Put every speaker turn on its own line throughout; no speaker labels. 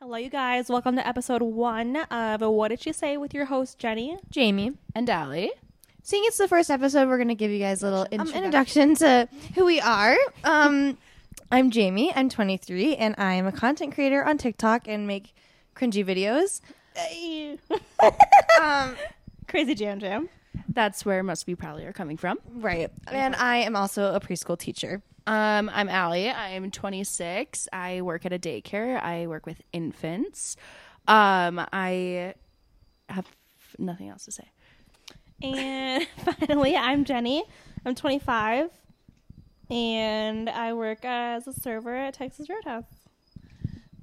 Hello, you guys. Welcome to episode one of What Did She Say with your host, Jenny.
Jamie.
and Allie.
Seeing it's the first episode, we're going to give you guys a little um, introduction to who we are. Um, I'm Jamie. I'm 23, and I am a content creator on TikTok and make cringy videos. Um,
Crazy Jam Jam.
That's where most of you probably are coming from.
right. And I am also a preschool teacher.
Um, I'm Allie. I'm 26. I work at a daycare. I work with infants. Um, I have nothing else to say.
And finally, I'm Jenny. I'm 25, and I work as a server at Texas Roadhouse.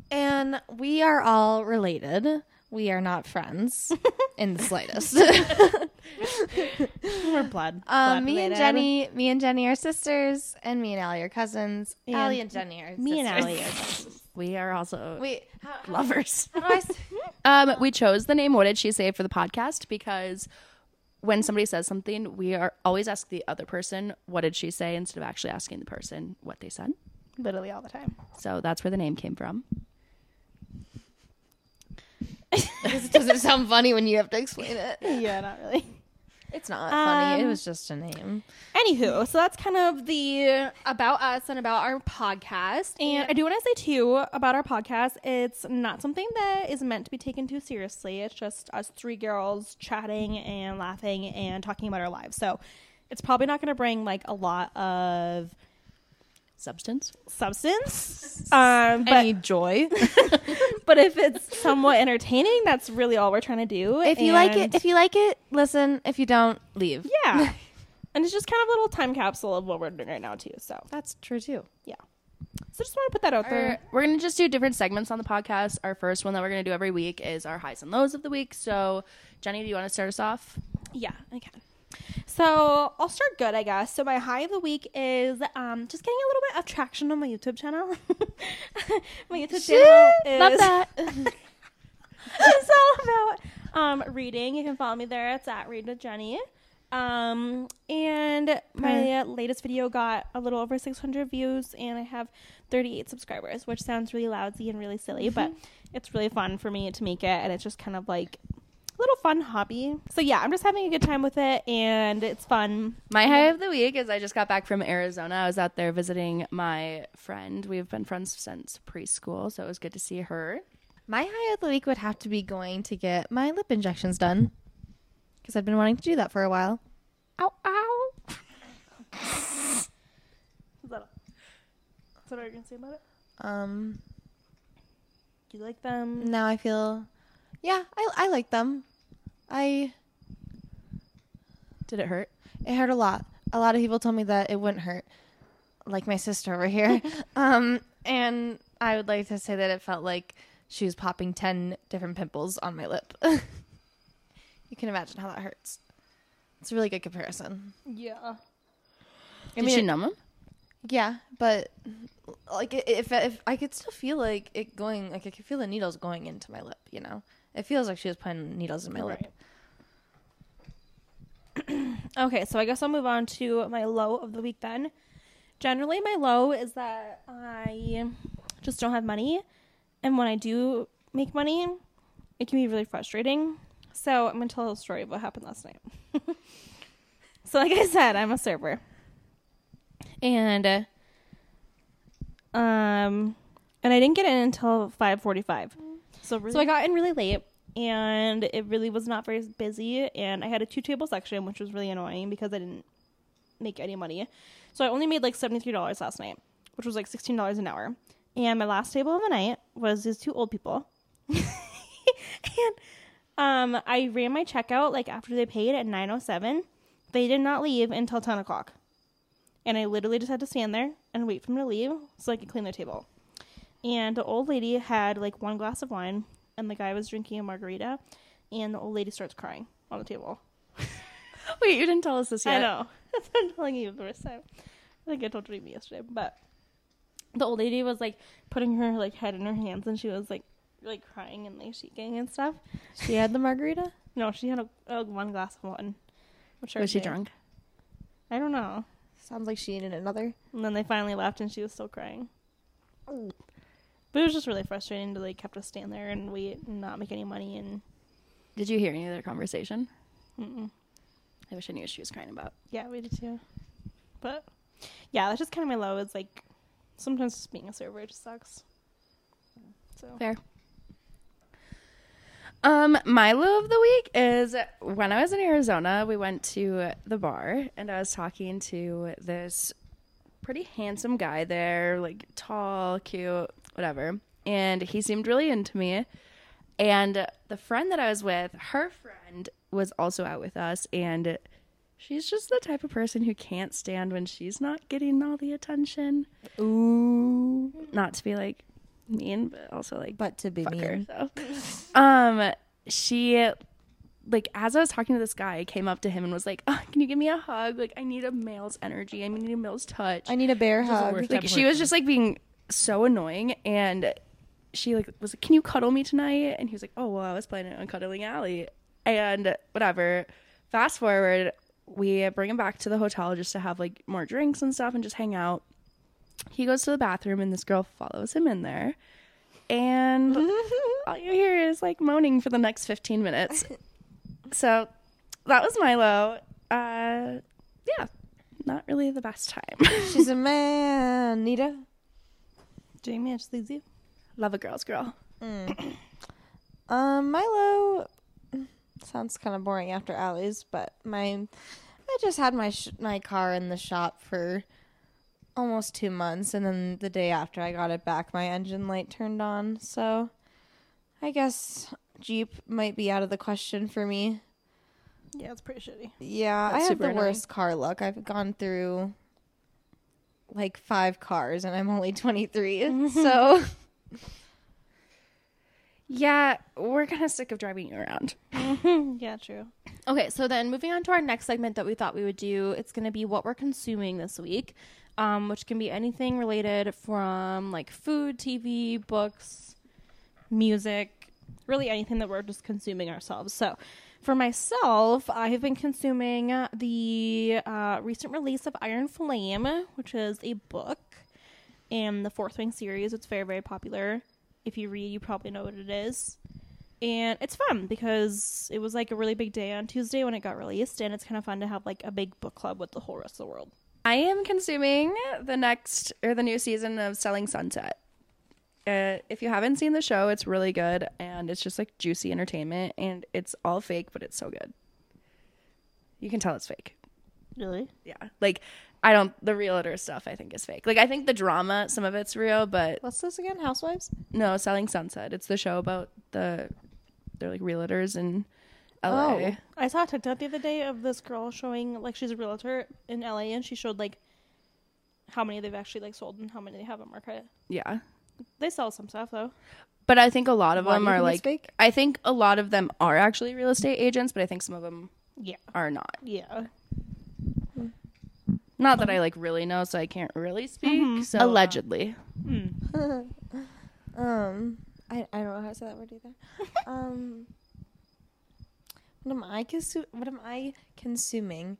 And we are all related. We are not friends in the slightest.
We're blood.
um, me and Jenny, me and Jenny are sisters, and me and Allie are cousins.
And
Allie and Jenny are
Me and
sisters.
Allie.
We are also
Wait, how, how,
lovers.
how do I? s-
Um, we chose the name What Did She Say for the podcast because when somebody says something, we are always ask the other person what did she say instead of actually asking the person what they said.
Literally all the time.
So that's where the name came from.
This doesn't sound funny when you have to explain it.
Yeah, not really.
It's not funny. It
Um,
was just a name.
Anywho, so that's kind of the about us and about our podcast. And I do want to say too about our podcast, it's not something that is meant to be taken too seriously. It's just us three girls chatting and laughing and talking about our lives. So it's probably not going to bring like a lot of
Substance.
substance. Um, but
joy?
but if it's somewhat entertaining, that's really all we're trying to do.
if you like
And-
it, if you like it, listen. If you don't, leave.
yeah. And it's just kind of a little time capsule of what we're doing right now too. So
That's true too.
yeah. So just want to put that out there.
Our- we're gonna just do different segments on the podcast. Our first one that we're gonna do every week is our highs and lows of the week. So, Jenny, do you want to start us off?
Yeah, I can. So I'll start good, I guess. So my high of the week is um, just getting a little bit of traction on my YouTube channel. my YouTube channel is
love that.
it's all about um, reading. You can follow me there. It's at Read with Jenny. Um, and my latest video got a little over 600 views, and I have 38 subscribers, which sounds really lousy and really silly, but it's really fun for me to make it, and it's just kind of like a little fun hobby. So yeah, I'm just having a good time with it, and it's fun.
My high of the week is I just got back from Arizona. I was out there visiting my friend. We've been friends since preschool, so it was good to see her.
My high of the week would have to be going to get my lip injections done because I've been wanting to do that for a while.
Ow, ow.
Is that, is that all you're gonna say about it?
Um,
Do you like
Um,
them?
now I feel, yeah, I I like them. I
Did it hurt?
It hurt a lot. A lot of people told me that it wouldn't hurt, like my sister over here. um, and I would like to say that it felt like she was popping 10 different pimples on my lip. you can imagine how that hurts. It's a really good comparison.
Yeah.
Did she numb him?
Yeah, but like i- if, if I could still feel like it going, like I could feel the needles going into my lip, you know? It feels like she was putting needles in my lip.
okay, so I guess I'll move on to my low of the week then. Generally, my low is that I just don't have money. And when I do make money, it can be really frustrating. So I'm going to tell a story of what happened last night. so, like I said, I'm a server. And. Uh, um, and I didn't get in until five forty-five. So, so I got in really late, and it really was not very busy. And I had a two-table section, which was really annoying because I didn't make any money. So I only made like seventy-three dollars last night, which was like sixteen dollars an hour. And my last table of the night was these two old people, and um, I ran my checkout like after they paid at nine oh seven. They did not leave until ten o'clock and I literally just had to stand there and wait for them to leave so I could clean their table. And the old lady had like one glass of wine, and the guy was drinking a margarita, and the old lady starts crying on the table.
Wait, you didn't tell us this yet.
I know. That's what I'm telling you the first time. I think I told Dreamy yesterday, but the old lady was like putting her like head in her hands, and she was like like crying and like shaking and stuff.
She had the margarita?
No, she had a, a one glass of wine. Which I
Was she
did.
drunk?
I don't know.
Sounds like she needed another.
And then they finally left, and she was still crying. But it was just really frustrating to like have to stand there and wait and not make any money and
Did you hear any of their conversation?
mm-mm.
I wish I knew what she was crying about.
yeah, we did too. But yeah, that's just kind of my low. Is like sometimes just being a server just sucks. So
Fair. Um, my low of the week is when I was in Arizona, we went to the bar and I was talking to this pretty handsome guy there, like tall, cute, whatever. And he seemed really into me. And the friend that I was with, her friend was also out with us and she's just the type of person who can't stand when she's not getting all the attention. Ooh. Not to be like mean, but also like
But to be
fuck her,
mean.
so. um, she, like, as I was talking to this guy, I came up to him and was like, oh, "Can you give me a hug? Like, I need a male's energy. I need a male's touch."
I need a bear hug.
Uh, like, she was just like being so annoying, and she like was like, "Can you cuddle me tonight?" And he was like, "Oh well, I was planning on cuddling Allie," and whatever. Fast forward, we bring him back to the hotel just to have like more drinks and stuff and just hang out. He goes to the bathroom and this girl follows him in there. And all you hear is like moaning for the next 15 minutes. so that was Milo. Uh, yeah, not really the best time.
She's a man, Nita.
Jamie, I just leaves you.
Love a girl's girl.
Mm. Um, Milo sounds kind of boring after Allie's, but my I just had my sh- my car in the shop for almost two months, and then the day after I got it back, my engine light turned on. So I guess Jeep might be out of the question for me.
Yeah, it's pretty shitty.
Yeah,
That's
I have
super
the
annoying.
worst car luck. I've gone through like five cars, and I'm only 23, so.
Yeah, we're kind of sick of driving you around.
yeah, true.
Okay, so then moving on to our next segment that we thought we would do, it's going to be what we're consuming this week, um, which can be anything related from like food, TV, books.
music, really anything that we're just consuming ourselves. So, for myself, I have been consuming uh, the uh, recent release of Iron Flame, which is a book in the Fourth Wing series. It's very, very popular. If you read, you probably know what it is. And it's fun because it was like a really big day on Tuesday when it got released, and it's kind of fun to have like a big book club with the whole rest of the world.
I am consuming the next or the new season of Selling Sunset. Uh, if you haven't seen the show, it's really good and it's just like juicy entertainment and it's all fake, but it's so good. You can tell it's fake.
Really?
Yeah. Like, I don't, the realtor stuff I think is fake. Like, I think the drama, some of it's real, but
What's this again? Housewives?
no, Selling Sunset. It's the show about the, they're like realtors in LA.
Oh.
I saw a TikTok the other day of this girl showing like she's a realtor in LA and she showed like how many they've actually like sold and how many they have on market.
Yeah.
They sell some stuff though.
But I think a lot of
Why do
them
you
are
think it's
like,
fake?
I think a lot of them are actually real estate agents, but I think some of them
Yeah.
are not.
Yeah.
Not that I like really know, so I can't really speak. So, Mm-hmm. uh, Allegedly,
Hmm.
Um, I, I don't know how to say that word either. um, what am I consu- What am I consuming?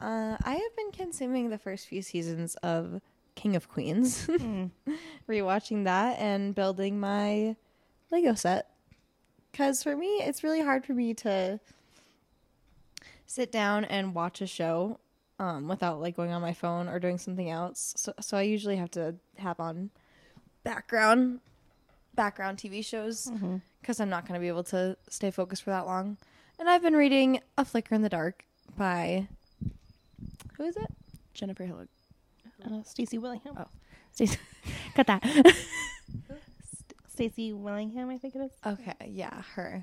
Uh, I have been consuming the first few seasons of King of Queens, rewatching that and building my Lego set. Because for me, it's really hard for me to sit down and watch a show um, without like going on my phone or doing something else. So, so I usually have to have on background background TV shows
Mm-hmm.
because I'm not going to be able to stay focused for that long. And I've been reading A Flicker in the Dark by who is it?
Jennifer Hillock.
Uh, Stacy Willingham.
Oh.
Got that. Stacy Willingham, I think it is.
Okay, yeah, her.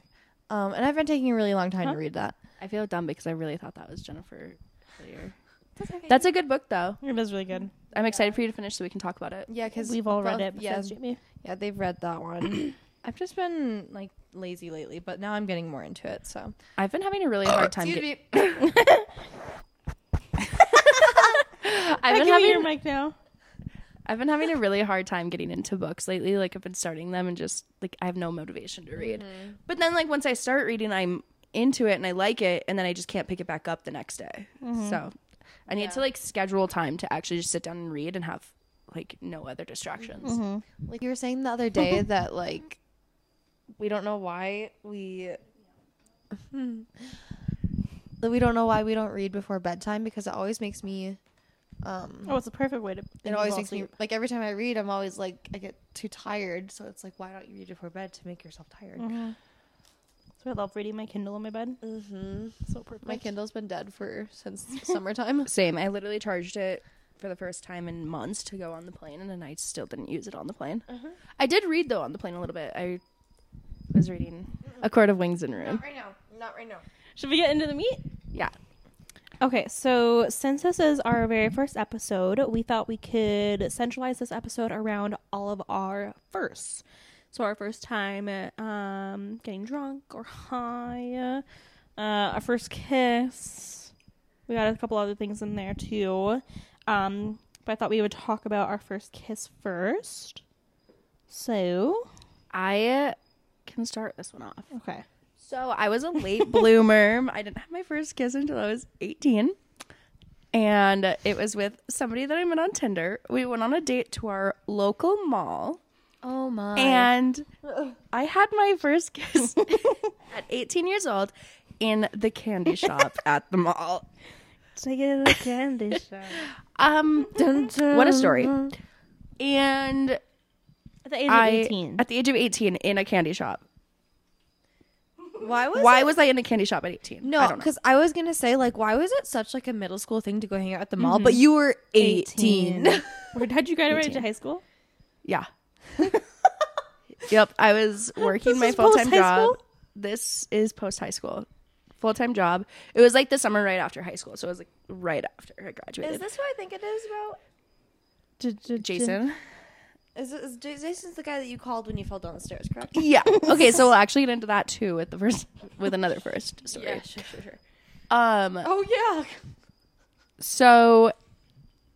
Um, and I've been taking a really long time
Huh?
to read that.
I feel dumb because I really thought that was Jennifer. Hillier.
That's okay.
That's a good book, though.
It was really good.
I'm excited for you to finish so we can talk about it.
yeah, because
We've all read it
Yeah,
besides Jamie.
yeah, they've read that one. I've just been like lazy lately, but now I'm getting more into it. So
I've been having a really hard time. get-
me.
I've
Can
Uh, been
you hear
having
Mike now?
I've been having a really hard time getting into books lately. Like I've been starting them and just like I have no motivation to read.
Mm-hmm.
But then like once I start reading, I'm into it and I like it, and then I just can't pick it back
Mm-hmm.
up the next day. So I need to like schedule time to actually just sit down and read and have like no other distractions.
Mm-hmm. Like you were saying the other day that like we don't know why we that we don't know why we don't read before bedtime because it always makes me um
Oh, it's a perfect way to.
it always makes me like every time I read I'm always like I get too tired so it's like why don't you read before bed to make yourself tired?
Mm-hmm. So I love reading my Kindle on my bed.
Mhm.
So perfect.
My Kindle's been dead for since summertime.
Same. I literally charged it for the first time in months to go on the plane, and then I still didn't use it on the plane.
Mm-hmm.
I did read though on the plane a little bit. I was reading A Court of Wings and Ruin.
right now. Not right now.
Should we get into the meat?
Yeah.
Okay, so since this is our very first episode, we thought we could centralize this episode around all of our firsts. So our first time um, getting drunk or high, uh, our first kiss. We got a couple other things in there too. Um, but I thought we would talk about our first kiss first. So,
I can start this one off.
okay.
So I was a late bloomer. I didn't have my first kiss until I was 18. And it was with somebody that I met on Tinder. We went on a date to our local mall.
Oh my.
And I had my first kiss at 18 years old in the candy shop at the mall.
Take it to the candy shop.
Um, what a story. And
At the age of
I,
18.
at the age of 18, in a candy shop.
why was
Why was I in a candy shop at 18? I
No,
don't know.
because I, was gonna say like, why was it such like a middle school thing to go hang out at the mall? But you were
Mm-hmm.
eighteen.
Where did you graduate to high school?
Yeah. yep. I was working my
is
full time
post-high
job.
school?
This is post high school. Full time job. It was like the summer right after high school. So it was like right after I graduated.
Is this who I think it is about?
Jason?
Is, is Jason's the guy that you called when you fell down the stairs, correct?
Yeah. Okay, so we'll actually get into that too with the first with another first story.
sure, sure, sure.
Um
Oh yeah.
so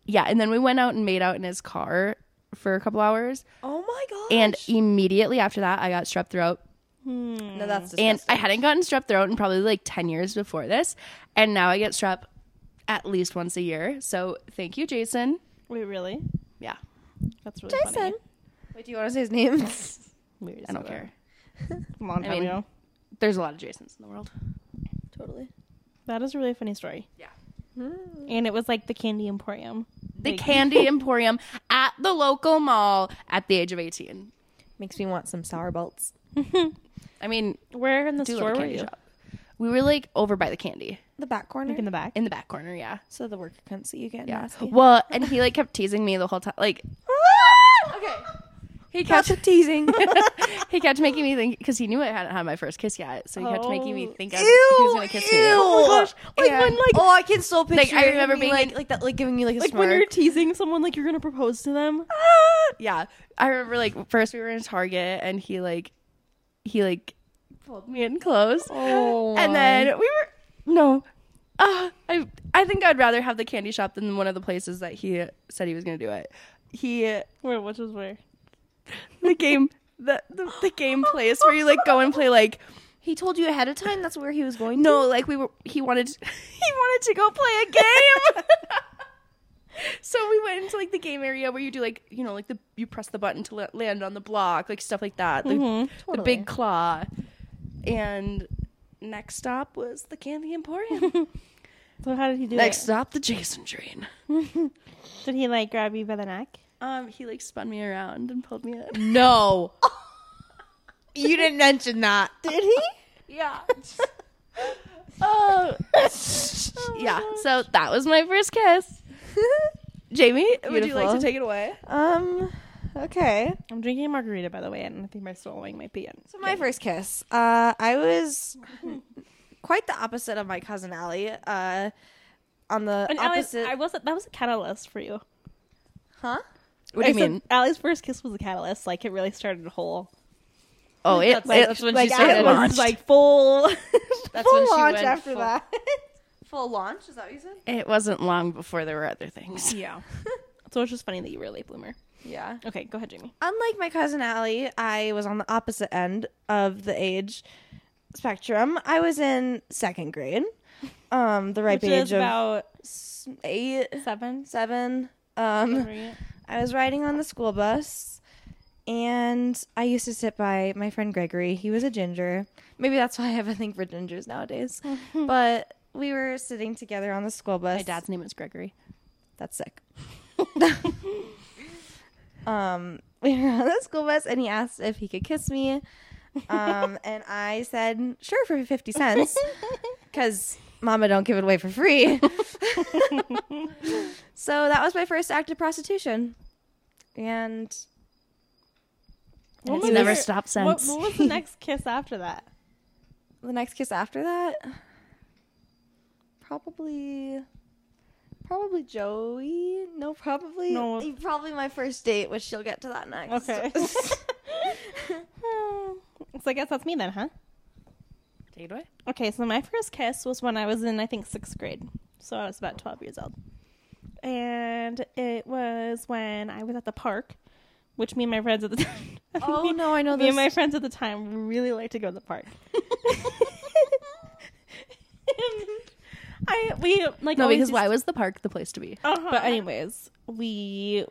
yeah, and then we went out and made out in his car for a couple hours.
Oh my god.
And immediately after that I got strep throat
Mm,
no, that's disgusting.
and I hadn't gotten strep throat in probably like 10 years before this. And now I get strep at least once a year. So thank you, Jason.
Wait, really?
Yeah,
That's really funny.
Wait, do you want to say his name?
Weird.
I don't care.
Long
I
time
mean-
ago.
There's a lot of Jasons in the world.
totally.
That is a really funny story.
Yeah. Hmm.
And it was like the Candy Emporium.
The Candy Emporium at the local mall at the age of 18.
Makes me want some sour belts.
I mean,
Where in the
do
store
love a
were
candy
you?
shop. We were like over by the candy
The back corner.
Like in the back.
in the back corner. Yeah.
so the worker couldn't see you getting
Yeah.
nasty.
Well, and he like kept teasing me the whole time. Like,
Okay.
he
Catch
kept
a teasing.
he kept making me think because he knew I hadn't had my first kiss yet, so he kept making me
Oh.
think I was, he was gonna kiss me.
Oh my gosh.
Like
And-
when, like-
oh, I can still picture.
I remember
me,
being
like,
in-
like that, like giving me like a
Like
smirk.
when you're teasing someone, like you're gonna propose to them.
ah! yeah i remember like first we were in target and he like he like pulled me in close
Oh,
and then we were no uh, i i think i'd rather have the candy shop than one of the places that he said he was gonna do it he
Where? Which was where?
the game the, the, the game place where you like go and play like
he told you ahead of time that's where he was going.
no like we were he wanted to, he wanted to go play a game so we went into like the game area where you do like you know like the you press the button to la- land on the block like stuff like that the, the big claw and next stop was the candy emporium
So how did he do
next
it?
stop the jason train
Did he like grab you by the neck?
um he like spun me around and pulled me in
no. you didn't mention that. Did he?
yeah oh yeah so that was my first kiss jamie would you like to
Beautiful.
take it away
Um. Okay.
I'm drinking a margarita, by the way, and I think my swallowing might be in.
So my first kiss, uh, I was quite the opposite of my cousin Allie. Uh, on the
And Alex,
opposite,
I was that was a catalyst for you.
huh?
what do you
I said
mean
Allie's first kiss was a catalyst. Like it really started a whole.
oh it,
That's, like,
it-
that's when
like,
she started.
it
was,
launched.
like full.
That's
when she went
after
full-
that. full launch is that what you said?
it wasn't long before there were other things
yeah. So it's just funny that you were a late bloomer.
Yeah.
Okay, go ahead, Jamie.
Unlike my cousin Allie, I was on the opposite end of the age spectrum. I was in second grade, um, the ripe
Which
age
is
of
about
s- eight,
seven.
seven. Um,
right?
I I was riding on the school bus, and I used to sit by my friend Gregory. He was a ginger. Maybe that's why I have a thing for gingers nowadays. but we were sitting together on the school bus.
My dad's name is Gregory.
That's sick. um, we were on the school bus, and he asked if he could kiss me. Um, and I said, sure, for 50 cents. Because mama don't give it away for free. so that was my first act of prostitution. And
What
it's
was
never
your-
stopped
Oh What,
since.
what was the next kiss after that?
the next kiss after that, probably. Probably Joey. No, probably.
No.
Probably my first date, which she'll get to that next.
Okay. so I guess that's me then, huh?
Take it away.
Okay, so my first kiss was when I was in, I think, sixth grade. So I was about 12 years old. And it was when I was at the park, which me and my friends at the time.
Oh,
me-
no, I know
Me and
this.
my friends at the time really liked to go to the park. I we like
No,
always
because
used-
why was the park the place to be?
Uh-huh. But anyways, we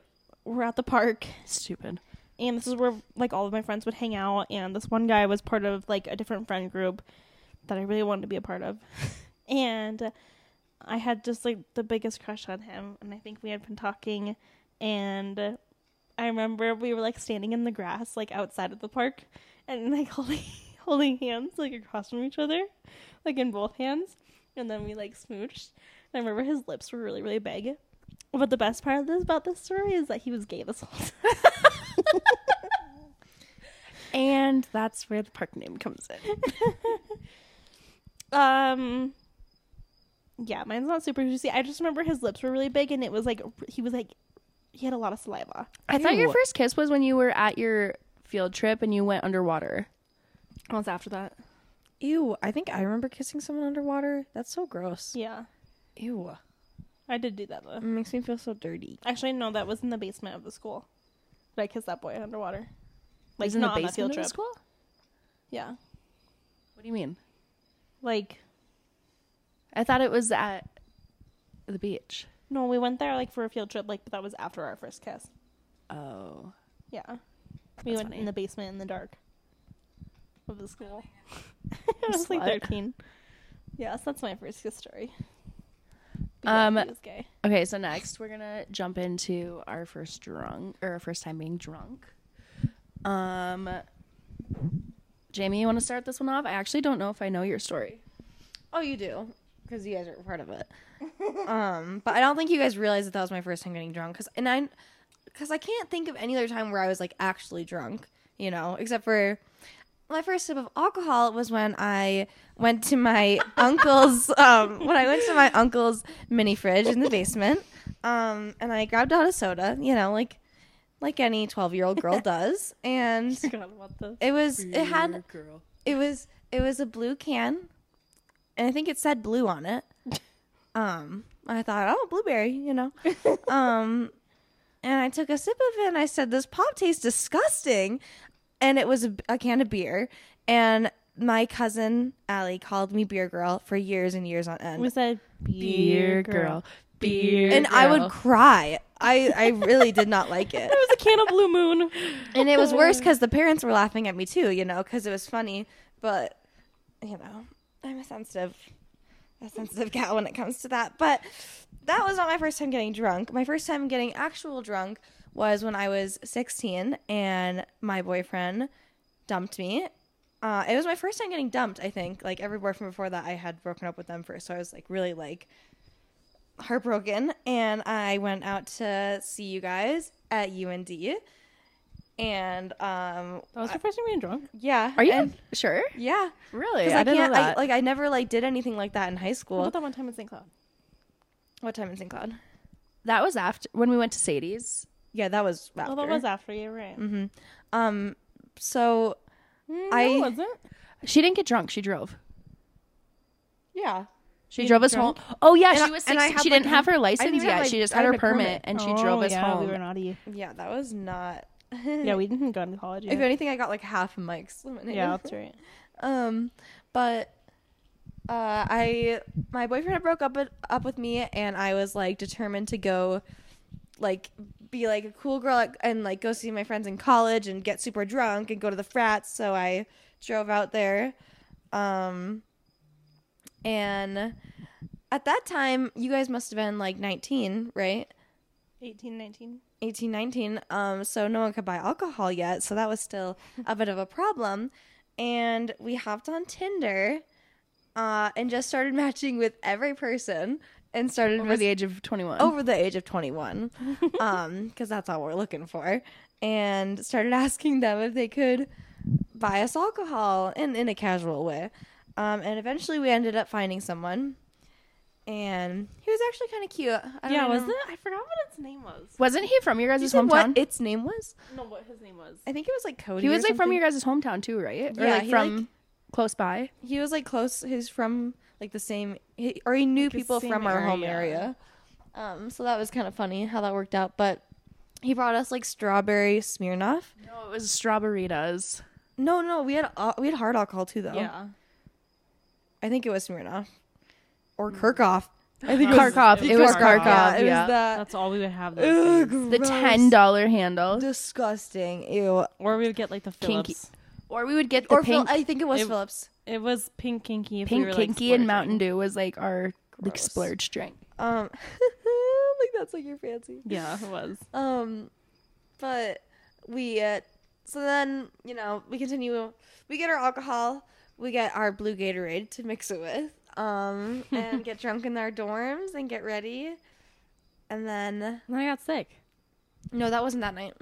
were at the park
Stupid.
and this is where like all of my friends would hang out and this one guy was part of like a different friend group that i really wanted to be a part of and i had just like the biggest crush on him and i think we had been talking and i remember we were like standing in the grass like outside of the park and like holding holding hands like across from each other like in both hands and then we like smooched and i remember his lips were really really big but the best part of this about this story is that he was gay this whole time
And that's where the park name comes in.
Um. Yeah, mine's not super juicy. I just remember his lips were really big, and it was like r- he was like he had a lot of saliva.
I thought your
Ew.
first kiss was when you were at your field trip and you went underwater.
What was after that?
Ew, I think I remember kissing someone underwater. That's so gross.
Yeah,
Ew.
I did do that though.
It makes me feel so dirty.
Actually, no, that was in the basement of the school. Did I kiss that boy underwater?
It
Like
was in
not on
the
that
basement
field
of the
trip.
school?
Yeah,
What do you mean?
like
I thought it was at the beach.
no, we went there like for a field trip. Like, but that was after our first kiss.
Oh.
Yeah, we
That's
went
funny.
in the basement in the dark of the school. I was like
Slut.
thirteen. Yes, that's my first kiss story.
Um,
he was gay.
Okay, so next we're gonna jump into our first drunk or our first time being drunk. Um Jamie, you wanna start this one off? I actually don't know if I know your story.
Oh, you do, because you guys are part of it. um, but I don't think you guys realized that that was my first time getting drunk, because and I, because I can't think of any other time where I was like actually drunk, you know, except for my first sip of alcohol was when I went to my uncle's, um, when I went to my uncle's mini fridge in the basement, um, and I grabbed out a soda, you know, like, like any twelve year old girl does, and
God, what the?
it was it had it was it was a blue can and i think it said blue on it um i thought oh blueberry you know um and i took a sip of it and i said this pop tastes disgusting and it was a, a can of beer and my cousin Allie called me beer girl for years and years on end
Was that
Beer girl. Beer
and i
girl.
would cry i i really did not like
It
it
was a can of Blue Moon.
and it was worse because the parents were laughing at me too, you know, because it was funny. But you know, I'm a sensitive, a sensitive cat when it comes to that. But that was not my first time getting drunk. My first time getting actual drunk was when I was 16 and my boyfriend dumped me. Uh, it was my first time getting dumped. I think like every boyfriend before that, I had broken up with them first, so I was like really like heartbroken. And I went out to see you guys at UND and um
That was your first time being drunk.
yeah
Oh. Are you
and-
sure?
yeah
Really?
'Cause
I,
I,
didn't
can't
know that.
I, like i never like did anything like that in high
What
school
about that one time in St. Cloud?
what time in st cloud
that was after when we went to Sadie's.
yeah that was after.
Well, that was after Mm-hmm. you, right?
um so
Mm,
I-
no, it wasn't.
She didn't get drunk, she drove.
yeah
She drove us home. Oh yeah,
And
she
I-
was.
and I
16.
had,
she
like,
didn't have her
even
license
have
yet.
my-
she just
I had
had her
my
permit,
permit. Oh,
and she drove us
Oh, yeah,
home.
We were naughty.
yeah that was not
Yeah, we didn't go into college.
if
Yet.
anything i got like half of mike's lemonade
Yeah, that's right.
um but uh i my boyfriend had broke up up with me and i was like determined to go like be like a cool girl at- and like go see my friends in college and get super drunk and go to the frats. So I drove out there. Um, and at that time, you guys must have been like 19, right?
18, 19.
18 19 um so no one could buy alcohol yet so that was still a bit of a problem and we hopped on tinder uh and just started matching with every person and started
over
with
the age of 21.
over the age of 21 um because that's all we're looking for and started asking them if they could buy us alcohol in in a casual way um and eventually we ended up finding someone and he was actually kind of cute I don't
Yeah,
even
wasn't
rem-
it? I forgot what its name was.
Wasn't he from your
Did you
guys'
say
hometown?
what its name was
No, what his name was.
I think it was like Cody.
he
or
was like from
something.
your guys' hometown too, right? Or
Yeah,
like
he,
from
like-
close by.
He was like close. He's from like the same, he, or he knew
the
people
same
from our home
area.
area. Um, so that was kind of funny how that worked out. But he brought us like strawberry Smirnoff.
No, it was Strawberritas.
No, no, we had al- we had hard alcohol too though.
Yeah.
I think it was Smirnoff or Kirchhoff. I think
Karkov. Mm. It was
Karkov,
Karkov.
Yeah,
Yeah,
it was that.
That's all we would have.
Ugh,
Those days.
the
gross.
ten dollar handle,
Disgusting. Ew.
Or we would get like the
Kinky.
Phillips.
or we would get the
Or Phil-
pink,
I think it was
It-
Phillips.
It was pink kinky. If
pink
we were,
kinky,
like,
and Mountain
splurging.
Dew was like our like
Gross.
splurge drink.
Um, like that's like your fancy.
Yeah, it was.
Um, but we uh, so then you know we continue. We get our alcohol. We get our blue Gatorade to mix it with. Um, and get drunk in our dorms and get ready. And then
And I got sick.
no, that wasn't that night.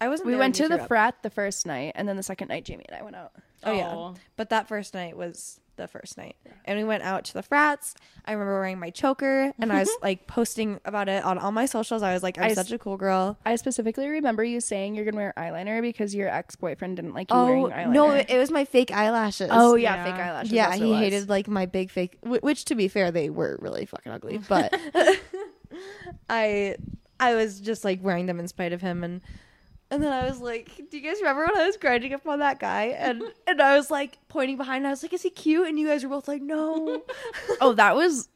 I wasn't.
We
there
went
when
to
you
the
threw up.
frat the first night, and then the second night, Jamie and I went out.
Oh, yeah, but that first night was the first night, and we went out to the frats. I remember wearing my choker, and I was like posting about it on all my socials. I was like, "I'm
I s-
such a cool girl."
I specifically remember you saying you're gonna wear eyeliner because your ex boyfriend didn't like you
Oh
wearing eyeliner.
no, it, it was my fake eyelashes.
oh yeah,
Yeah.
fake eyelashes.
yeah,
that's what
he
it was.
hated like my big fake. wh- Which, to be fair, they were really fucking ugly. But I, I was just like wearing them in spite of him, and and then I was like, "Do you guys remember when I was grinding up on that guy?" And and I was like pointing behind. And I was like, "Is he cute?" And you guys were both like, "No."
Oh, that was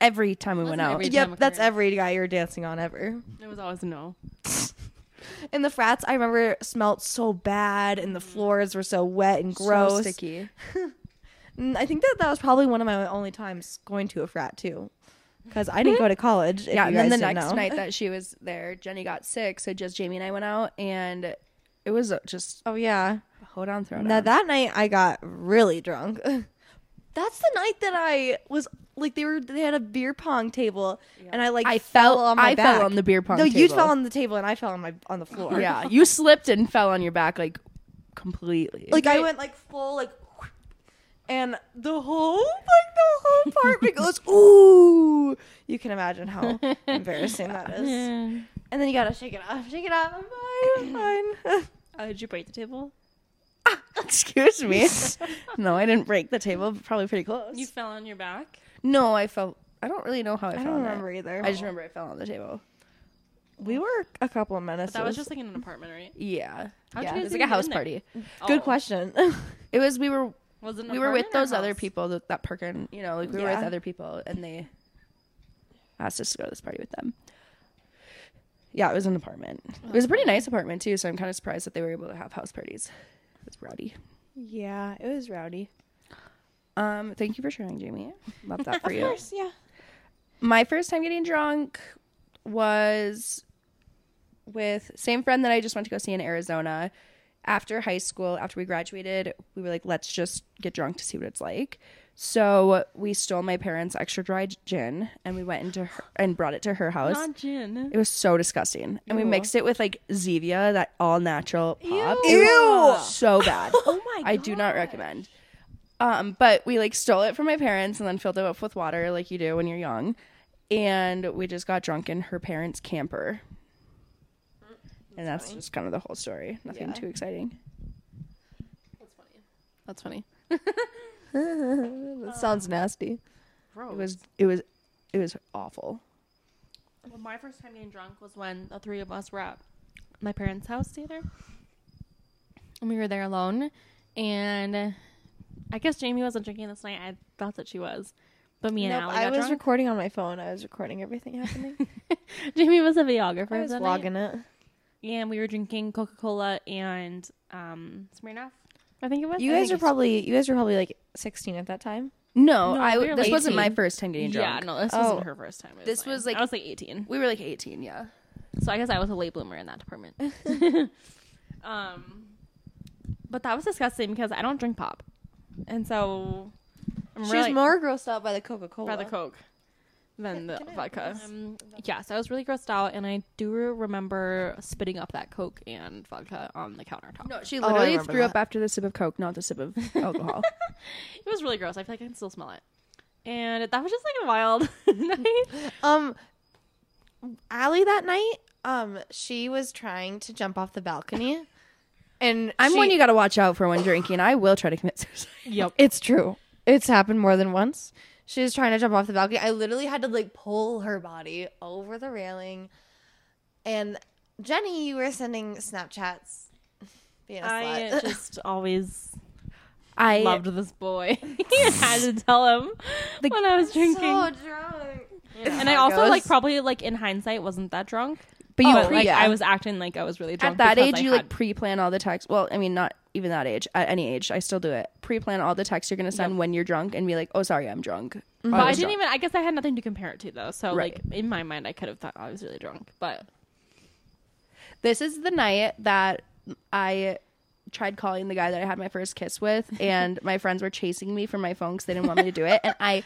every time we went out.
every-
yep, that's every guy you're dancing on ever.
It was always no.
And the frats, I remember, smelled so bad,
Mm.
and the floors were so wet and gross.
So sticky.
Mm, I think that that was probably one of my only times going to a frat too, because I didn't go to college. If you
yeah,
guys
and then the
didn't
next
know.
night that she was there, Jenny got sick, so just Jamie and I went out, and it was uh, just
Oh yeah.
hold on, throw
Now that night I got really drunk. That's the night that I was like they were they had a beer pong table and I like
I
fell
fell-
on my
I
back.
fell on the beer pong
No, you
table.
fell on the table and I fell on my on the floor.
yeah, you slipped and fell on your back like completely.
Like I went like full like and the whole like the whole apartment goes ooh. You can imagine how embarrassing that is. And then you gotta shake it off, shake it off. I'm fine, I'm fine.
Oh, did you break the table?
ah!
excuse me. no, I didn't break the table, but probably pretty close.
You fell on your back.
no, I fell. I don't really know how I,
I
fell.
don't
on
remember
It.
either.
I just remember I fell on the table.
we were a couple of minutes.
That was just like in an apartment, right?
Yeah,
How'd you
yeah.
guys
It was like a
even get
house
in there?
party.
good
Oh.
question.
It was we were
Was it an
we were
apartment
with
or
those other
house?
people that, that Perkin, you know, like we were with
Yeah.
other people, and they asked us to go to this party with them. Yeah, it was an apartment. It was a pretty nice apartment too, so I'm kind of surprised that they were able to have house parties. It was rowdy.
yeah, it was rowdy.
Um, thank you for sharing, Jamie. Love that for you.
yeah.
My first time getting drunk was with same friend that I just went to go see in Arizona. After high school, after we graduated, we were like, let's just get drunk to see what it's like. So we stole my parents' extra dry gin and we went into her and brought it to her house.
Not gin.
It was so disgusting. And we mixed it with like Zevia, that all natural pop.
Ew.
It
Ew.
was so bad.
Oh my god.
I do not recommend. Um, but we like stole it from my parents and then filled it up with water like you do when you're young. And we just got drunk in her parents' camper. and that's just kind of the whole story. Nothing too exciting.
That's funny.
That sounds nasty.
It was it was it was awful.
Well, my first time getting drunk was when the three of us were at my parents' house together. And we were there alone. And I guess Jamie wasn't drinking this night. I thought that she was. But me and
Nope,
Allie
I
got
was
drunk.
recording on my phone. I was recording everything happening.
Jamie was a videographer.
I was
that night.
vlogging it.
and we were drinking Coca Cola and um, Smirnoff. I think it was.
You guys are probably you guys were probably like 16 at that time.
No,
No,
I
we were
this
like
wasn't my
18.
first time getting
Yeah,
drunk.
no, this
Oh.
wasn't her first time. It
This
mine.
was, like-
I was like eighteen,
We were like 18, yeah.
so I guess I was a late bloomer in that department. um, but that was disgusting because I don't drink pop, and so I'm
She's
really
more grossed out by the Coca
by
Cola.
the Coke than the
Can I have
vodka.
this?
Um, yeah, so I was really grossed out, and I do remember spitting up that Coke and vodka on the countertop.
No, she
Oh, I
literally
remember
threw
that.
up after the sip of Coke, not the sip of alcohol.
It was really gross. I feel like I can still smell it. And that was just like a wild night.
Um,
Allie that night. Um, she was trying to jump off the balcony, and
I'm
she-
one you got to watch out for when drinking. I will try to commit suicide.
It's true. It's happened more than once. She was trying to jump off the balcony. I literally had to like pull her body over the railing. And Jenny, you were sending Snapchats. Being a
I
slut.
just always
I
loved this boy. I had to tell him when I was drinking.
so drunk.
and I also like probably like in hindsight wasn't that drunk.
but you
but
pre-
Oh, like
Oh, yeah.
I was acting like I was really drunk.
at that
because
age
I
you like
had-
pre-plan all the texts. Well, I mean not even that age, at any age, I still do it. Pre-plan all the texts you're going to send when you're drunk and be like, "Oh, sorry, I'm drunk." Oh,
but I
was
didn't
drunk.
even I guess I had nothing to compare it to though. So
Right.
like in my mind I could have thought I was really drunk. But
This is the night that I tried calling the guy that I had my first kiss with, and my friends were chasing me from my phone because they didn't want me to do it. And I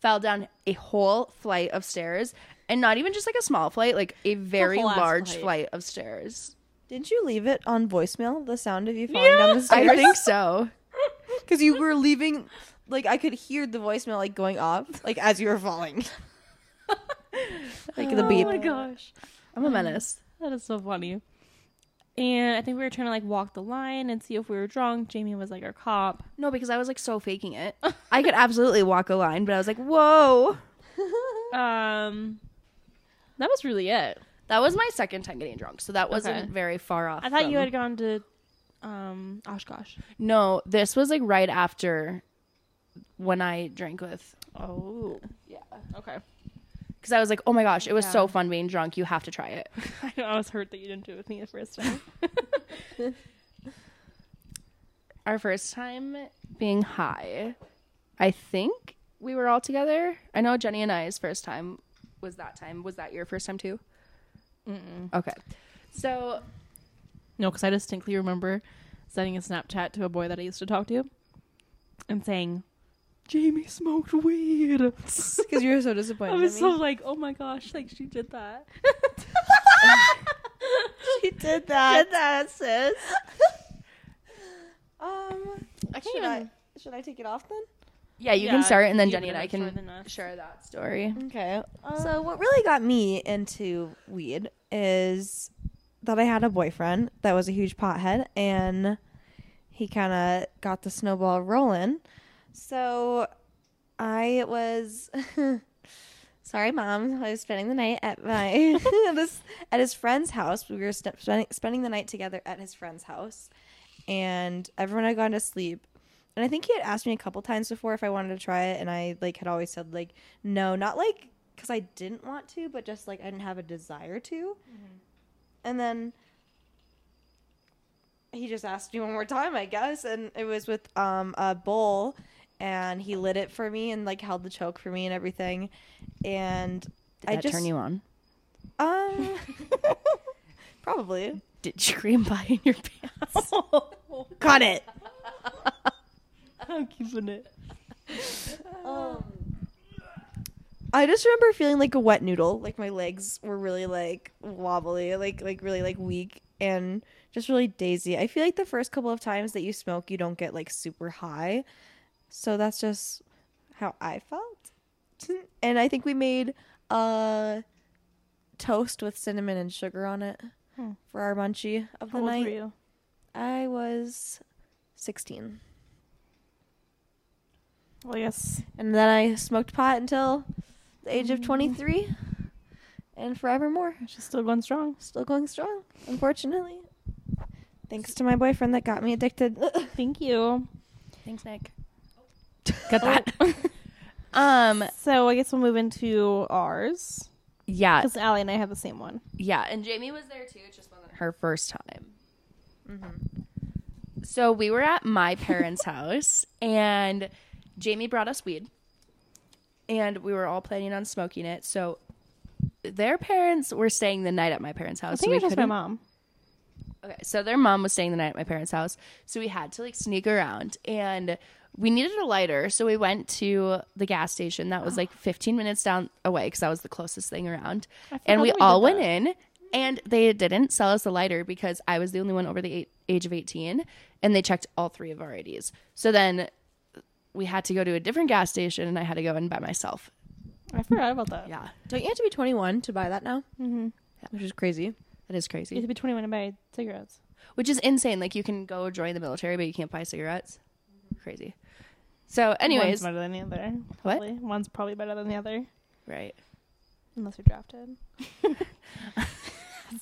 fell down a whole flight of stairs, and not even just like a small flight, like a very
whole ass
large
flight.
flight. of stairs.
Didn't you leave it on voicemail? The sound of you falling down the
I
stairs?
think so.
because you were leaving. Like I could hear the voicemail like going off, like as you were falling. like the beep.
Oh my gosh.
I'm a menace.
That is so funny. And I think we were trying to like walk the line and see if we were drunk. Jamie was like our cop.
No, because I was like so faking it. I could absolutely walk a line, but I was like, whoa.
Um, that was really it.
That was my second time getting drunk, so that wasn't
Okay.
very far off.
I thought you
from-
had gone to um Oshkosh.
No, this was like right after when I drank with
Oh,
Yeah.
okay.
Because I was like, oh my gosh, it was so fun being drunk. You have to try it.
I know I was hurt that you didn't do it with me the first time.
Our first time being high, I think we were all together. I know Jenny and I's first time was that time. Was that your first time too? Okay. So,
no, because I distinctly remember sending a Snapchat to a boy that I used to talk to, and saying, "Jamie smoked weed."
Because you were so
I
disappointed.
was
in
so
me.
like, "Oh my gosh!" Like she did that.
she did that. Did that, sis. um,
I can't
should
even.
I should I take it off then?
yeah, you
Yeah,
can start, and then
you
Jenny
can
and I
start
can
then us.
share that story.
Okay. so what really got me into weed is that I had a boyfriend that was a huge pothead, and he kind of got the snowball rolling. So I was. Sorry, mom. I was spending the night at my this at his friend's house. We were st- spending spending the night together at his friend's house, and everyone had gone to sleep. And I think he had asked me a couple times before if I wanted to try it, and I like had always said like no, not like because I didn't want to, but just like I didn't have a desire to.
Mm-hmm.
And then he just asked me one more time, I guess, and it was with um a bowl, and he lit it for me and like held the choke for me and everything, and
Did
I
that
just
turn you on?
um probably
Did you scream by in your pants?
got it.
I'm keeping it.
Um, I just remember feeling like a wet noodle. Like my legs were really like wobbly, like like really like weak and just really daisy. I feel like the first couple of times that you smoke, you don't get like super high. So that's just how I felt. and I think we made a toast with cinnamon and sugar on it for our munchie of
Hmm. How
the
old
night.
were you?
I was 16.
Well, yes.
And then I smoked pot until the age of 23 and forevermore.
She's still going strong.
Still going strong, unfortunately. Thanks to my boyfriend that got me addicted.
Thank you.
Thanks, Nick.
Got that.
Oh. Um,
So I guess we'll move into ours Oh,
yeah,
because Uh, Allie and I have the same one.
yeah, and Jamie was there too. It just wasn't her first time. Mm-hmm. So we were at my parents' house, and Jamie brought us weed, and we were all planning on smoking it. So their parents were staying the night at my parents'
I
house. so
think
we
it's just my
couldn't-
mom.
Okay, so their mom was staying the night at my parents' house, so we had to like sneak around, and we needed a lighter, so we went to the gas station that was like 15 minutes down away because that was the closest thing around, and we,
that we
all
did
went in, and they didn't sell us a lighter because I was the only one over the eight, age of 18, and they checked all three of our IDs. So then we had to go to a different gas station, and I had to go in by myself.
I forgot about that.
Yeah,
Don't you have to be 21 to buy that now? Mm-hmm. Which is crazy.
that is
You have
crazy,
to be 21 to buy cigarettes.
which is insane. Like you can go join the military, but you can't buy cigarettes. Crazy. So, anyways,
One's better than the other.
What?
probably. One's probably better than the other.
Right.
Unless you're drafted.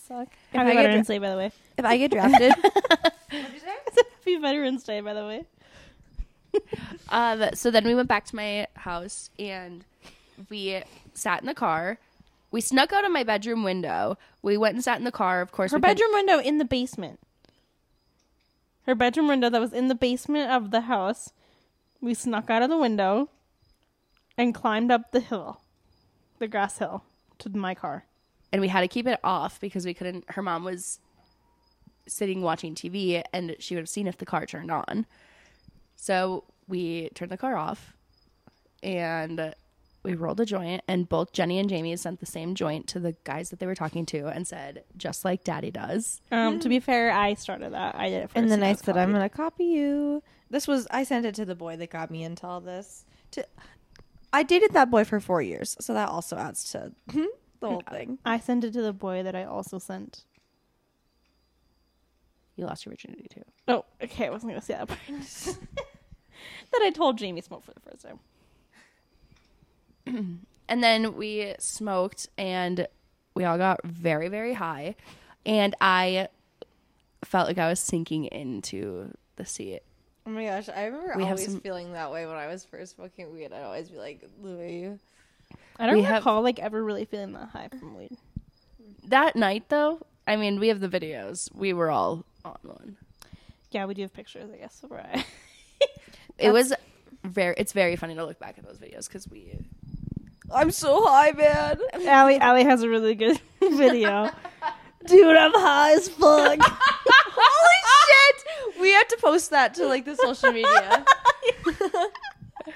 Suck. Happy
I get
Veterans Day, by the way.
If I get drafted,
Happy Veterans Day, by the way.
Um, so then we went back to my house and we sat in the car. We snuck out of my bedroom window. We went and sat in the car. Of course,
Her
we couldn't-
bedroom window in the basement. Her bedroom window that was in the basement of the house. We snuck out of the window and climbed up the hill, the grass hill, to my car.
and we had to keep it off because we couldn't. Her mom was sitting watching TV, and she would have seen if the car turned on. So we turned the car off, and we rolled a joint. And both Jenny and Jamie sent the same joint to the guys that they were talking to, and said, "Just like Daddy does."
Um, to be fair, I started that. I did it first.
and then
I
I
was
said, "I'm
copied.
gonna copy you." This was I sent it to the boy that got me into all this. To I dated that boy for four years, so that also adds to the whole thing.
I sent it to the boy that I also sent.
You lost your virginity too.
Oh, okay. I wasn't gonna say that part. that I told Jamie smoked for the first time.
And then we smoked and we all got very, very high. And I felt like I was sinking into the sea.
Oh my gosh, I remember
We have
always
some-
feeling that way when I was first smoking weed. I'd always be like, "Louis,
I don't
We have-
recall like ever really feeling that high from weed.
That night, though, I mean, we have the videos. We were all on one.
Yeah, we do have pictures, I guess. of where I-
it was very, it's very funny to look back at those videos because we,
I'm so high, man."
Allie, Allie has a really good video. Dude, I'm high as fuck.
Holy shit! We have to post that to like the social media.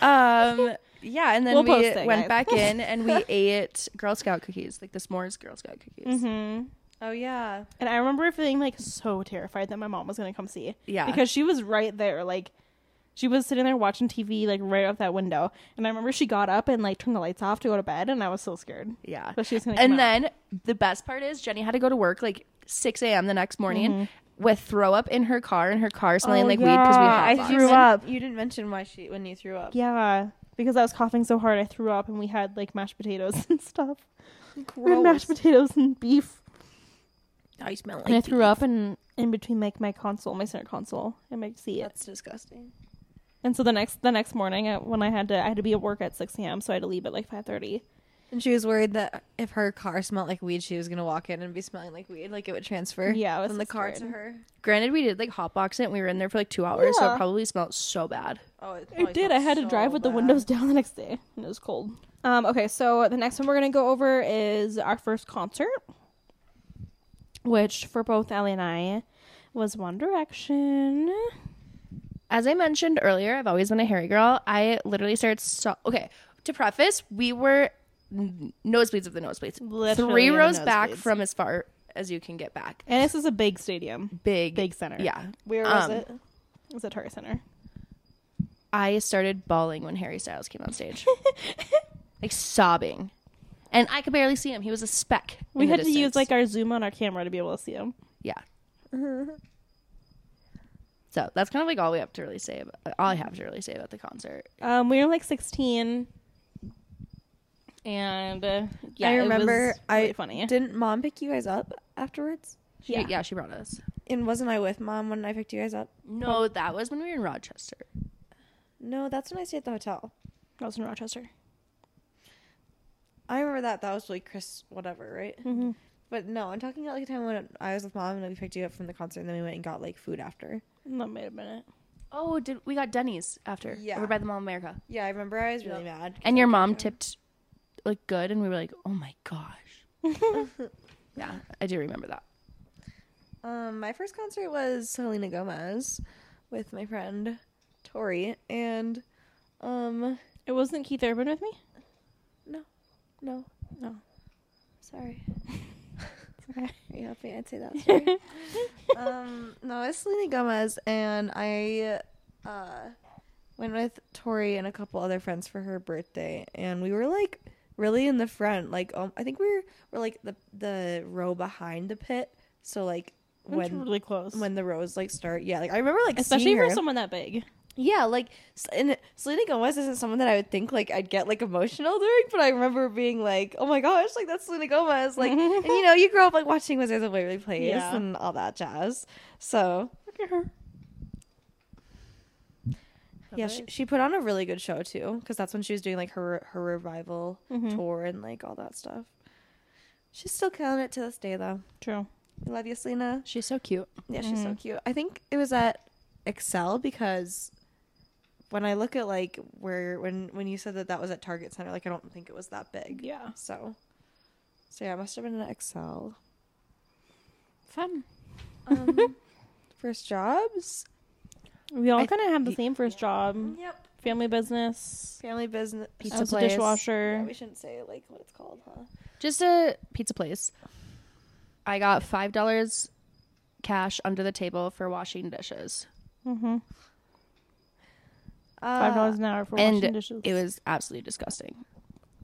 um, yeah. And then
We'll
we
post it,
went
guys.
back in and we ate Girl Scout cookies, like the s'mores Girl Scout cookies.
hmm
oh yeah,
And I remember feeling like so terrified that my mom was gonna come see.
Yeah.
because she was right there, like. She was sitting there watching TV, like right out that window. And I remember she got up and like turned the lights off to go to bed, and I was so scared.
Yeah.
But she was gonna come
and
out.
then the best part is Jenny had to go to work like 6 a.m. the next morning
Mm-hmm.
Mm-hmm.
with throw up in her car and her car smelling
Oh,
like weed because we
I
had
threw up.
you didn't mention why she when you threw up.
Yeah, because I was coughing so hard, I threw up, and we had like mashed potatoes and stuff. We had mashed potatoes and beef.
I smell
and I threw up and in between like my console, my center console, and my seat.
That's disgusting.
And so the next the next morning, I, when I had to, I had to be at work at six a.m. So I had to leave at like five thirty.
And she was worried that if her car smelled like weed, she was gonna walk in and be smelling like weed, like it would transfer.
Yeah, I was
from
so
the car
scared.
to her.
Granted, we did like hotbox it and we were in there for like two hours, so
Yeah.
it probably smelled so bad.
Oh, it
I did. I had to drive with the windows down the next day, and it was cold. Um, okay, so the next one we're gonna go over is our first concert, which for both Ellie and I was One Direction.
As I mentioned earlier, I've always been a hairy girl. I literally started so okay. To preface, we were n- nosebleeds of the nosebleeds,
Literally
three
in the
rows back
nosebleeds.
from as far as you can get back.
And this is a big stadium,
Big,
big center.
yeah.
where was
Um,
it? It was at Target Center.
I started bawling when Harry Styles came on stage, like sobbing, and I could barely see him. He was a speck.
We
in the
had to use
distance.
like our zoom on our camera to be able to see him.
yeah. so that's kind of like all we have to really say. About, all I have to really say about the concert.
Um, we were like 16, and uh, yeah,
I remember.
It was really
I
funny.
Didn't mom pick you guys up afterwards?
She, yeah, she brought us.
And wasn't I with mom when I picked you guys up?
No, that was when we were in Rochester.
No, that's when I stayed at the hotel.
I was in Rochester.
I remember that. That was like Chris, whatever, right?
Mm-hmm.
But no, I'm talking about like a time when I was with mom and we picked you up from the concert and then we went and got like food after.
Mm, That might have been it.
Oh, did we got Denny's after?
Yeah.
over by the Mall of America.
Yeah, I remember I was really mad. 'cause,
And your
like,
mom
yeah.
tipped like good, and we were like, oh my gosh. yeah, I do remember that.
Um, my first concert was Selena Gomez with my friend Tori and um
It wasn't Keith Urban with me.
no
No.
sorry.
okay.
Are you hoping I'd say that story? um, no, it's Selena Gomez and I uh went with Tori and a couple other friends for her birthday and we were like really in the front like um, I think we were, were like the the row behind the pit so like
That's
when
really close.
when the rows like start yeah like I remember like
Especially
seeing
for
her.
someone that big.
Yeah, like s- and Selena Gomez isn't someone that I would think like I'd get like emotional during, but I remember being like, "Oh my gosh, like that's Selena Gomez!" Like, and you know, you grow up like watching Wizards of Waverly Place
Yeah.
and all that jazz. So
Look at her.
yeah, she, she put on a really good show too, because that's when she was doing like her her revival
Mhm.
tour and like all that stuff. She's still killing it to this day, though.
True.
We love you, Selena.
She's so cute.
Yeah, she's
Mm-hmm.
so cute. I think it was at Excel because when I look at like where when when you said that that was at Target Center, like I don't think it was that big.
Yeah.
So, so yeah, it must have been at Excel.
Fun.
Um, first jobs.
We all
I-
kind of have the same first job.
Yep.
Family business.
Family business.
I
Pizza
was a
place.
Yeah,
dishwasher.
we shouldn't say like what it's called, huh?
Just a pizza place. I got five dollars cash under the table for washing dishes,
mm-hmm.
Uh,
Five dollars an hour for
and
washing dishes.
it was absolutely disgusting.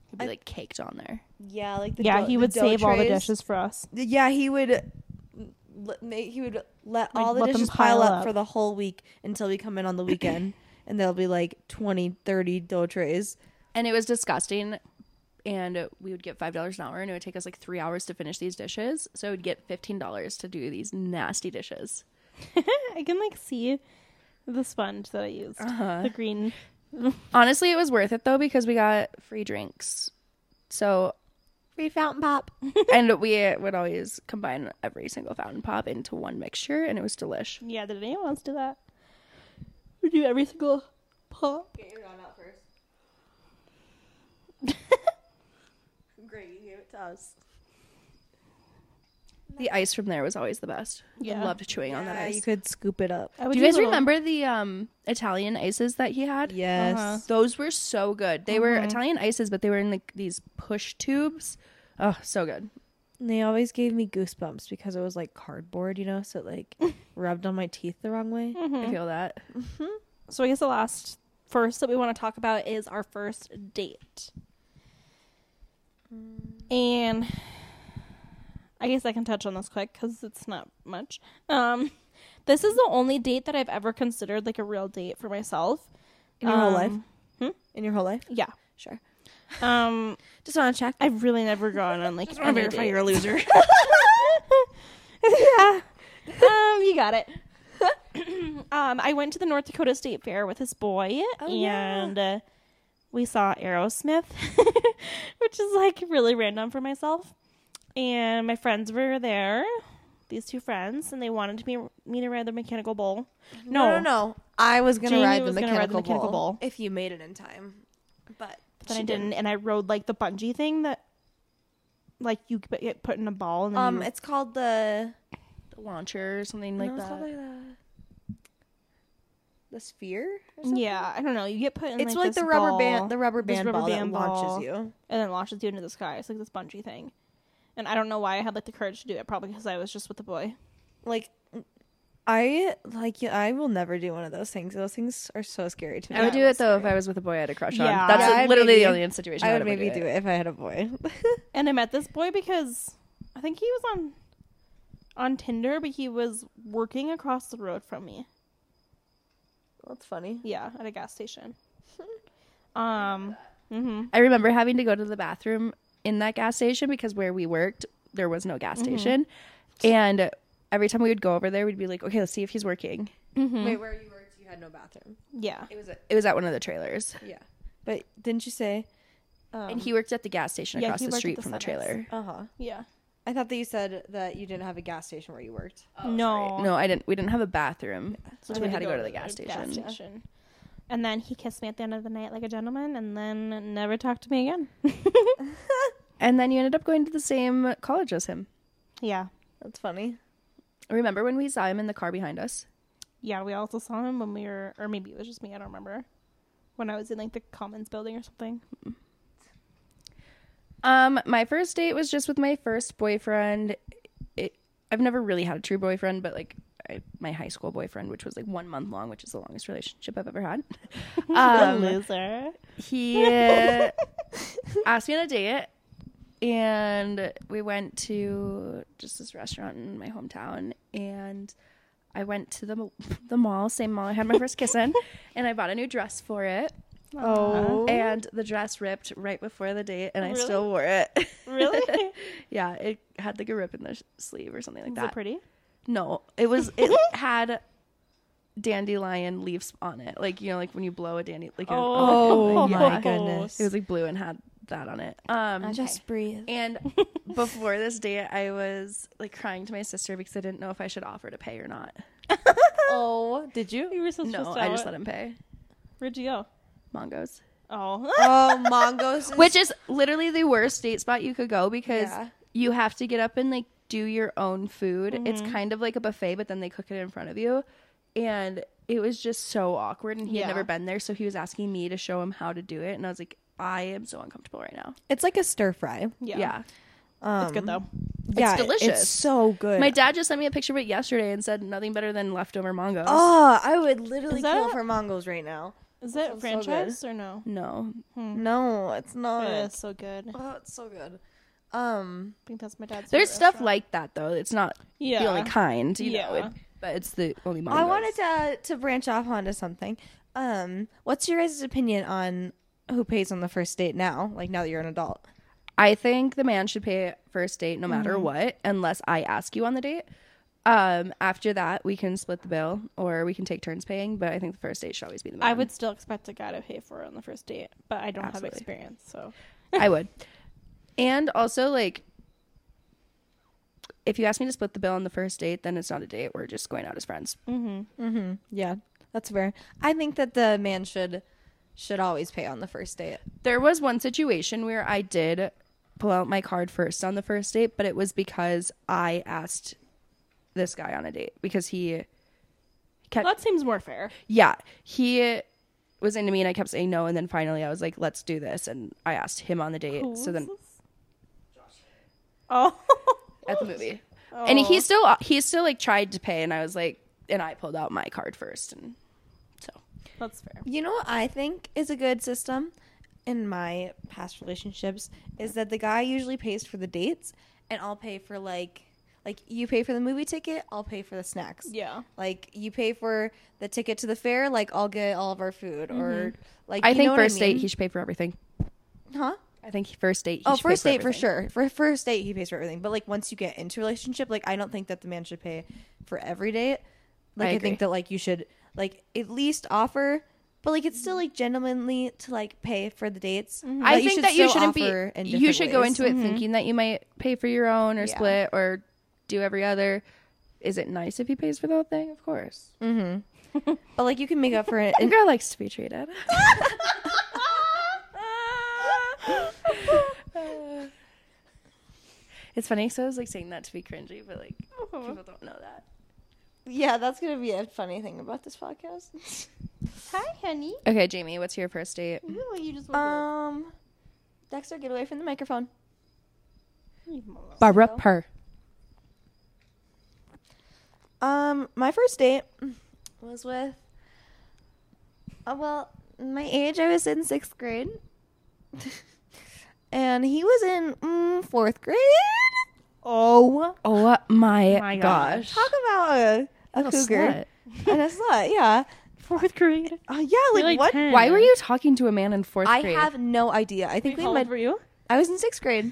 It'd be
I-
like caked on there.
Yeah, like the
yeah,
dough-
he
the
would
dough
save all the
trays.
dishes for us.
Yeah, he would. let- Make, he would let all the
let them
dishes pile,
pile
up,
up.
for the whole week until we come in on the weekend, and there'll be like 20, 30 dough trays.
and it was disgusting and we would get five dollars an hour and it would take us like three hours to finish these dishes so i would get fifteen dollars to do these nasty dishes
I can like see the sponge that I used.
Uh-huh.
The green.
honestly it was worth it though because we got free drinks so
Free fountain pop.
and we would always combine every single fountain pop into one mixture and it was delish
Yeah, did anyone else do that? We do every single pop.
Get your gun out first. Great, you gave it to us.
the ice from there was always the best
Yeah.
i loved chewing on that
Yeah,
ice
you could scoop it up.
I would
do you guys
little-
remember the um italian ices that he had
Yes.
Uh-huh.
Those were so good. They
Mm-hmm.
were Italian ices, but they were in like these push tubes. Oh, so good.
And they always gave me goosebumps because it was like cardboard, you know, so it like rubbed on my teeth the wrong way.
I feel that.
So I guess the last first that we want to talk about is our first date.
Mm.
And I guess I can touch on this quick because it's not much. Um, this is the only date that I've ever considered like a real date for myself.
In your whole life?
Um,
In your whole life?
Yeah.
Sure.
Um,
Just want to check.
I've really never gone on like. any date.
a loser.
yeah. Um, you got it. um, I went to the North Dakota State Fair with this boy,
yeah.
and uh, we saw Aerosmith, which is like really random for myself. And my friends were there, these two friends, and they wanted to be, me to ride the mechanical bull.
Mm-hmm. No, no, no. I was gonna
Jamie
ride the
was gonna
mechanical,
ride the mechanical
bull,
bull.
if you made it in time, but
But then I didn't, and I rode like the bungee thing that, like you p- get put in a ball and then
Um,
you-
it's called the
The launcher or something like
no, it's
that.
called like the, the sphere. Or something?
yeah, I don't know. You get put in.
it's like,
this
the rubber
ball.
band, the rubber
this
band
rubber
ball
band
that
ball.
launches you.
and then launches you into the sky. It's like this bungee thing. And I don't know why I had like the courage to do it. Probably because I was just with the boy.
Like, I like yeah, I will never do one of those things. Those things are so scary to me.
I would do it though if I was with a boy I had a crush on.
Yeah.
That's
Yeah,
like,
I'd
literally the
maybe-
only situation
I would
ever
maybe do it if I had a boy.
And I met this boy because I think he was on on Tinder, but he was working across the road from me.
That's funny.
Yeah, at a gas station. Um. Mm-hmm.
I remember having to go to the bathroom in that gas station because where we worked there was no
Mm-hmm.
gas station, and every time we would go over there, we'd be like, "Okay, let's see if he's working."
Wait, where you worked, you had no bathroom.
Yeah.
It was it was at one of the trailers.
Yeah, But didn't you say? Um,
and he worked at the gas station
Yeah,
across
he
the
worked at
street
the
from the
Subway.
trailer.
Uh huh.
Yeah.
I thought that you said that you didn't have a gas station where you worked.
no.
No, I didn't. We didn't have a bathroom, so
I
we had to go to the gas
gas
station.
station. And then he kissed me at the end of the night like a gentleman, and then never talked to me again.
And then you ended up going to the same college as him.
yeah.
That's funny.
Remember when we saw him in the car behind us?
Yeah, we also saw him when we were, or maybe it was just me, I don't remember. When I was in like the Commons building or something.
Um, my first date was just with my first boyfriend. It, I've never really had a true boyfriend, but like I, my high school boyfriend, which was like one month long, which is the longest relationship I've ever had. Um,
loser.
he uh, asked me on a date, and we went to just this restaurant in my hometown, and I went to the the mall, same mall I had my first kiss in, and I bought a new dress for it.
Oh.
And the dress ripped right before the date,
Oh,
and I still wore it.
Really?
yeah, it had like a rip in the sh- sleeve or something like
Is
that.
it pretty?
no, it was it had dandelion leaves on it, like you know, like when you blow a dandy, like an-
Oh
yeah.
my goodness.
it was like blue and had that on it. Um,
Just breathe.
and before this date, I was like crying to my sister because I didn't know if I should offer to pay or not.
Oh, did you?
You were so
No, I just let him pay.
Where'd you go?
Mongos.
Oh.
Oh, Mongo's. is-
which is literally the worst date spot you could go because
Yeah.
you have to get up and like do your own food. It's kind of like a buffet, but then they cook it in front of you, and it was just so awkward. And he had never been there, so he was asking me to show him how to do it, and I was like, I am so uncomfortable right now.
It's like a stir fry. Um,
yeah.
Yeah. Um,
it's good though.
yeah,
It's delicious.
It's so good.
My dad just sent me a picture of it yesterday and said nothing better than leftover mongos.
Oh, I would literally
Is that
kill
a-
for Mongols right now.
Is it
sounds so good.
franchise or no?
No,
No, it's
Oh,
not.
it's so good. I
Oh, it's so good. Um,
think that's my dad's.
there's
favorite
stuff
restaurant.
like that though. It's not
yeah.
the only kind, you know.
Yeah.
It, but it's the only mongos.
I wanted to to branch off onto something. Um, what's your guys' opinion on who pays on the first date now? Like now that you're an adult,
I think the man should pay first date no
Mm.
matter what, unless I ask you on the date. Um, after that, we can split the bill or we can take turns paying. But I think the first date should always be the man.
I would still expect a guy to pay for it on the first date, but I don't have
Absolutely.
experience, so
I would. And also, like, if you ask me to split the bill on the first date, then it's not a date. We're just going out as friends.
Mm.
yeah, that's fair. I think that the man should should always pay on the first date.
There was one situation where I did pull out my card first on the first date, but it was because I asked this guy on a date because he kept
that seems more fair.
yeah he was into me and i kept saying no and then finally i was like let's do this and i asked him on the date
Who was
so then
this? Oh.
at the movie and he still he still like tried to pay and i was like and i pulled out my card first and so
That's fair.
You know what I think is a good system in my past relationships is that the guy usually pays for the dates, and I'll pay for like like you pay for the movie ticket, I'll pay for the snacks.
Yeah.
Like you pay for the ticket to the fair, like I'll get all of our food, or like
Mm-hmm. i
you know
think
what
first date
mean?
he should pay for everything
huh?
i think first date he
Oh,
should pay
first date for
everything.
sure. For first date, he pays for everything. But like once you get into a relationship, like I don't think that the man should pay for every date. Like
I
I,
agree.
think that like you should like at least offer, but like it's still like gentlemanly to like pay for the dates. But
Mm-hmm. I think
should
that you
still
shouldn't
offer in
be. You
different
should go
ways. Mm-hmm.
into it thinking that you might pay for your own or split or do every other. Is it nice if he pays for the whole thing? Of course.
but like you can make up for it.
The girl likes to be treated. it's funny because I was like saying that to be cringy, but like
Oh.
people don't know that.
yeah, that's gonna be a funny thing about this podcast.
Hi, honey.
Okay, Jamie, what's your first date?
you just
Um, Dexter, get away from the microphone.
Barbara Purr.
Um, my first date was with. Uh, well, my age, I was in sixth grade, and he was in mm, fourth grade. Oh,
Oh my,
My
gosh.
talk about a, a
Little
cougar
slut.
and a slut. Yeah,
fourth grade.
uh, yeah. Like, what?
Why were you talking to a man in fourth
I
grade?
have no idea. I think we
How old
met.
were you?
I was in sixth grade.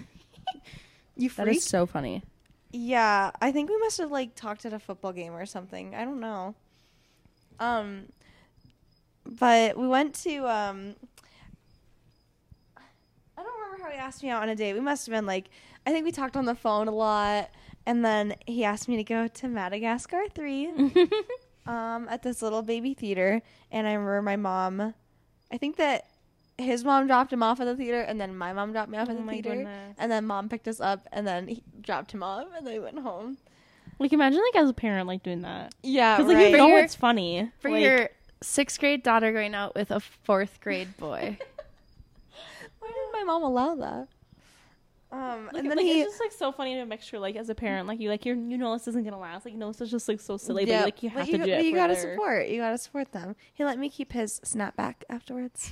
you
That
freak.
is so funny.
Yeah, I think we must have like talked at a football game or something. I don't know. Um but we went to um probably asked me out on a date. We must have been like, I think we talked on the phone a lot, and then he asked me to go to Madagascar three, um, at this little baby theater. And I remember my mom. I think that his mom dropped him off at the theater, and then my mom dropped me off at the
my
theater,
goodness.
and then mom picked us up, and then he dropped him off, and they went home.
Like imagine like as a parent like doing that
Yeah,
because like
Uh, right.
you know
your-
it's funny
for
Like,
your sixth grade daughter going out with a fourth grade boy.
Why did my mom allow that? Um,
Like,
and then
like,
he
it's just like so funny to mixture like as a parent like you like you're, you know this isn't gonna last like you know this is just like so silly
Yeah,
but like you
but
have to do
but
it
You
for
gotta
their-
support. You gotta support them. He let me keep his snapback afterwards.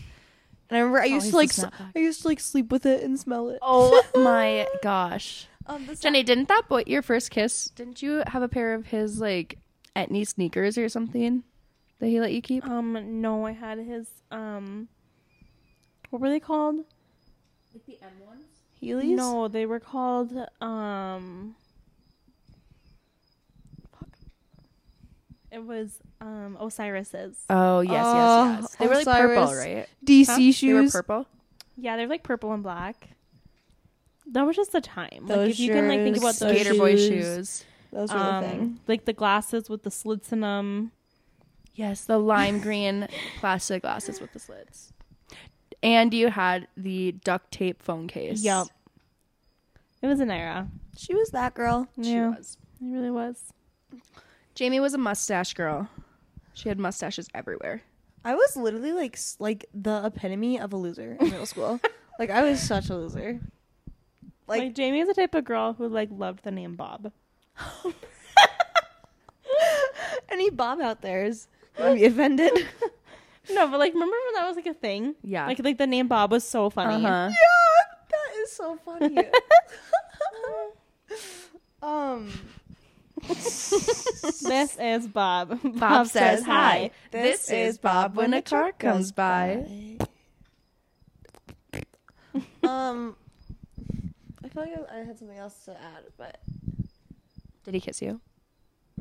And I remember I used to like
always the
s- I used to like sleep with it and smell it.
Oh my gosh.
Um, the
Jenny, didn't that boy your first kiss? Didn't you have a pair of his like Etney sneakers or something that he let you keep?
um no I had his um what were they called
snap- Heelys.
no they were called um it was um Osiris's
Oh yes,
Oh,
yes, yes. They were like purple,
Osiris.
right?
DC
Huh? They were
shoes.
purple.
yeah they're like purple and black that was just the time like
Those
if you can like think
shoes,
about those
Skater boy
shoes,
shoes.
Those were the thing.
um like the glasses with the slits in them
Yes, the lime green plastic glasses with the slits. And you had the duct tape phone case.
Yep. It was an era.
She was that girl.
She
yeah,
was.
it really was.
Jamie was a mustache girl. She had mustaches everywhere.
I was literally like s- like the epitome of a loser in middle school. like I was such a loser.
Like,
Like-
Jamie is the type of girl who like loved the name Bob.
Any Bob out there is gonna be offended.
No, but like remember when that was like a thing?
Yeah.
Like like the name Bob was so funny.
Uh-huh.
yeah, that is so funny. um,
This is Bob. Bob,
says hi. This is Bob when a car comes by.
um, I feel like I, I had something else to add, but
Did he kiss you?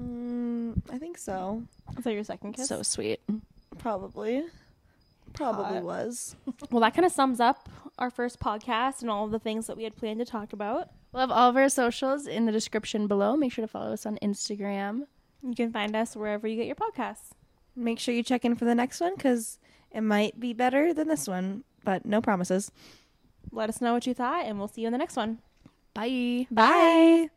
mm, I think so.
Is that your second kiss?
So sweet.
Probably, probably
Hot.
was.
well, that kind of sums up our first podcast and all of the things that we had planned to talk about.
We'll have all of our socials in the description below. Make sure to follow us on Instagram.
You can find us wherever you get your podcasts.
Make sure you check in for the next one because it might be better than this one, but no promises.
Let us know what you thought, and we'll see you in the next one.
Bye.
Bye.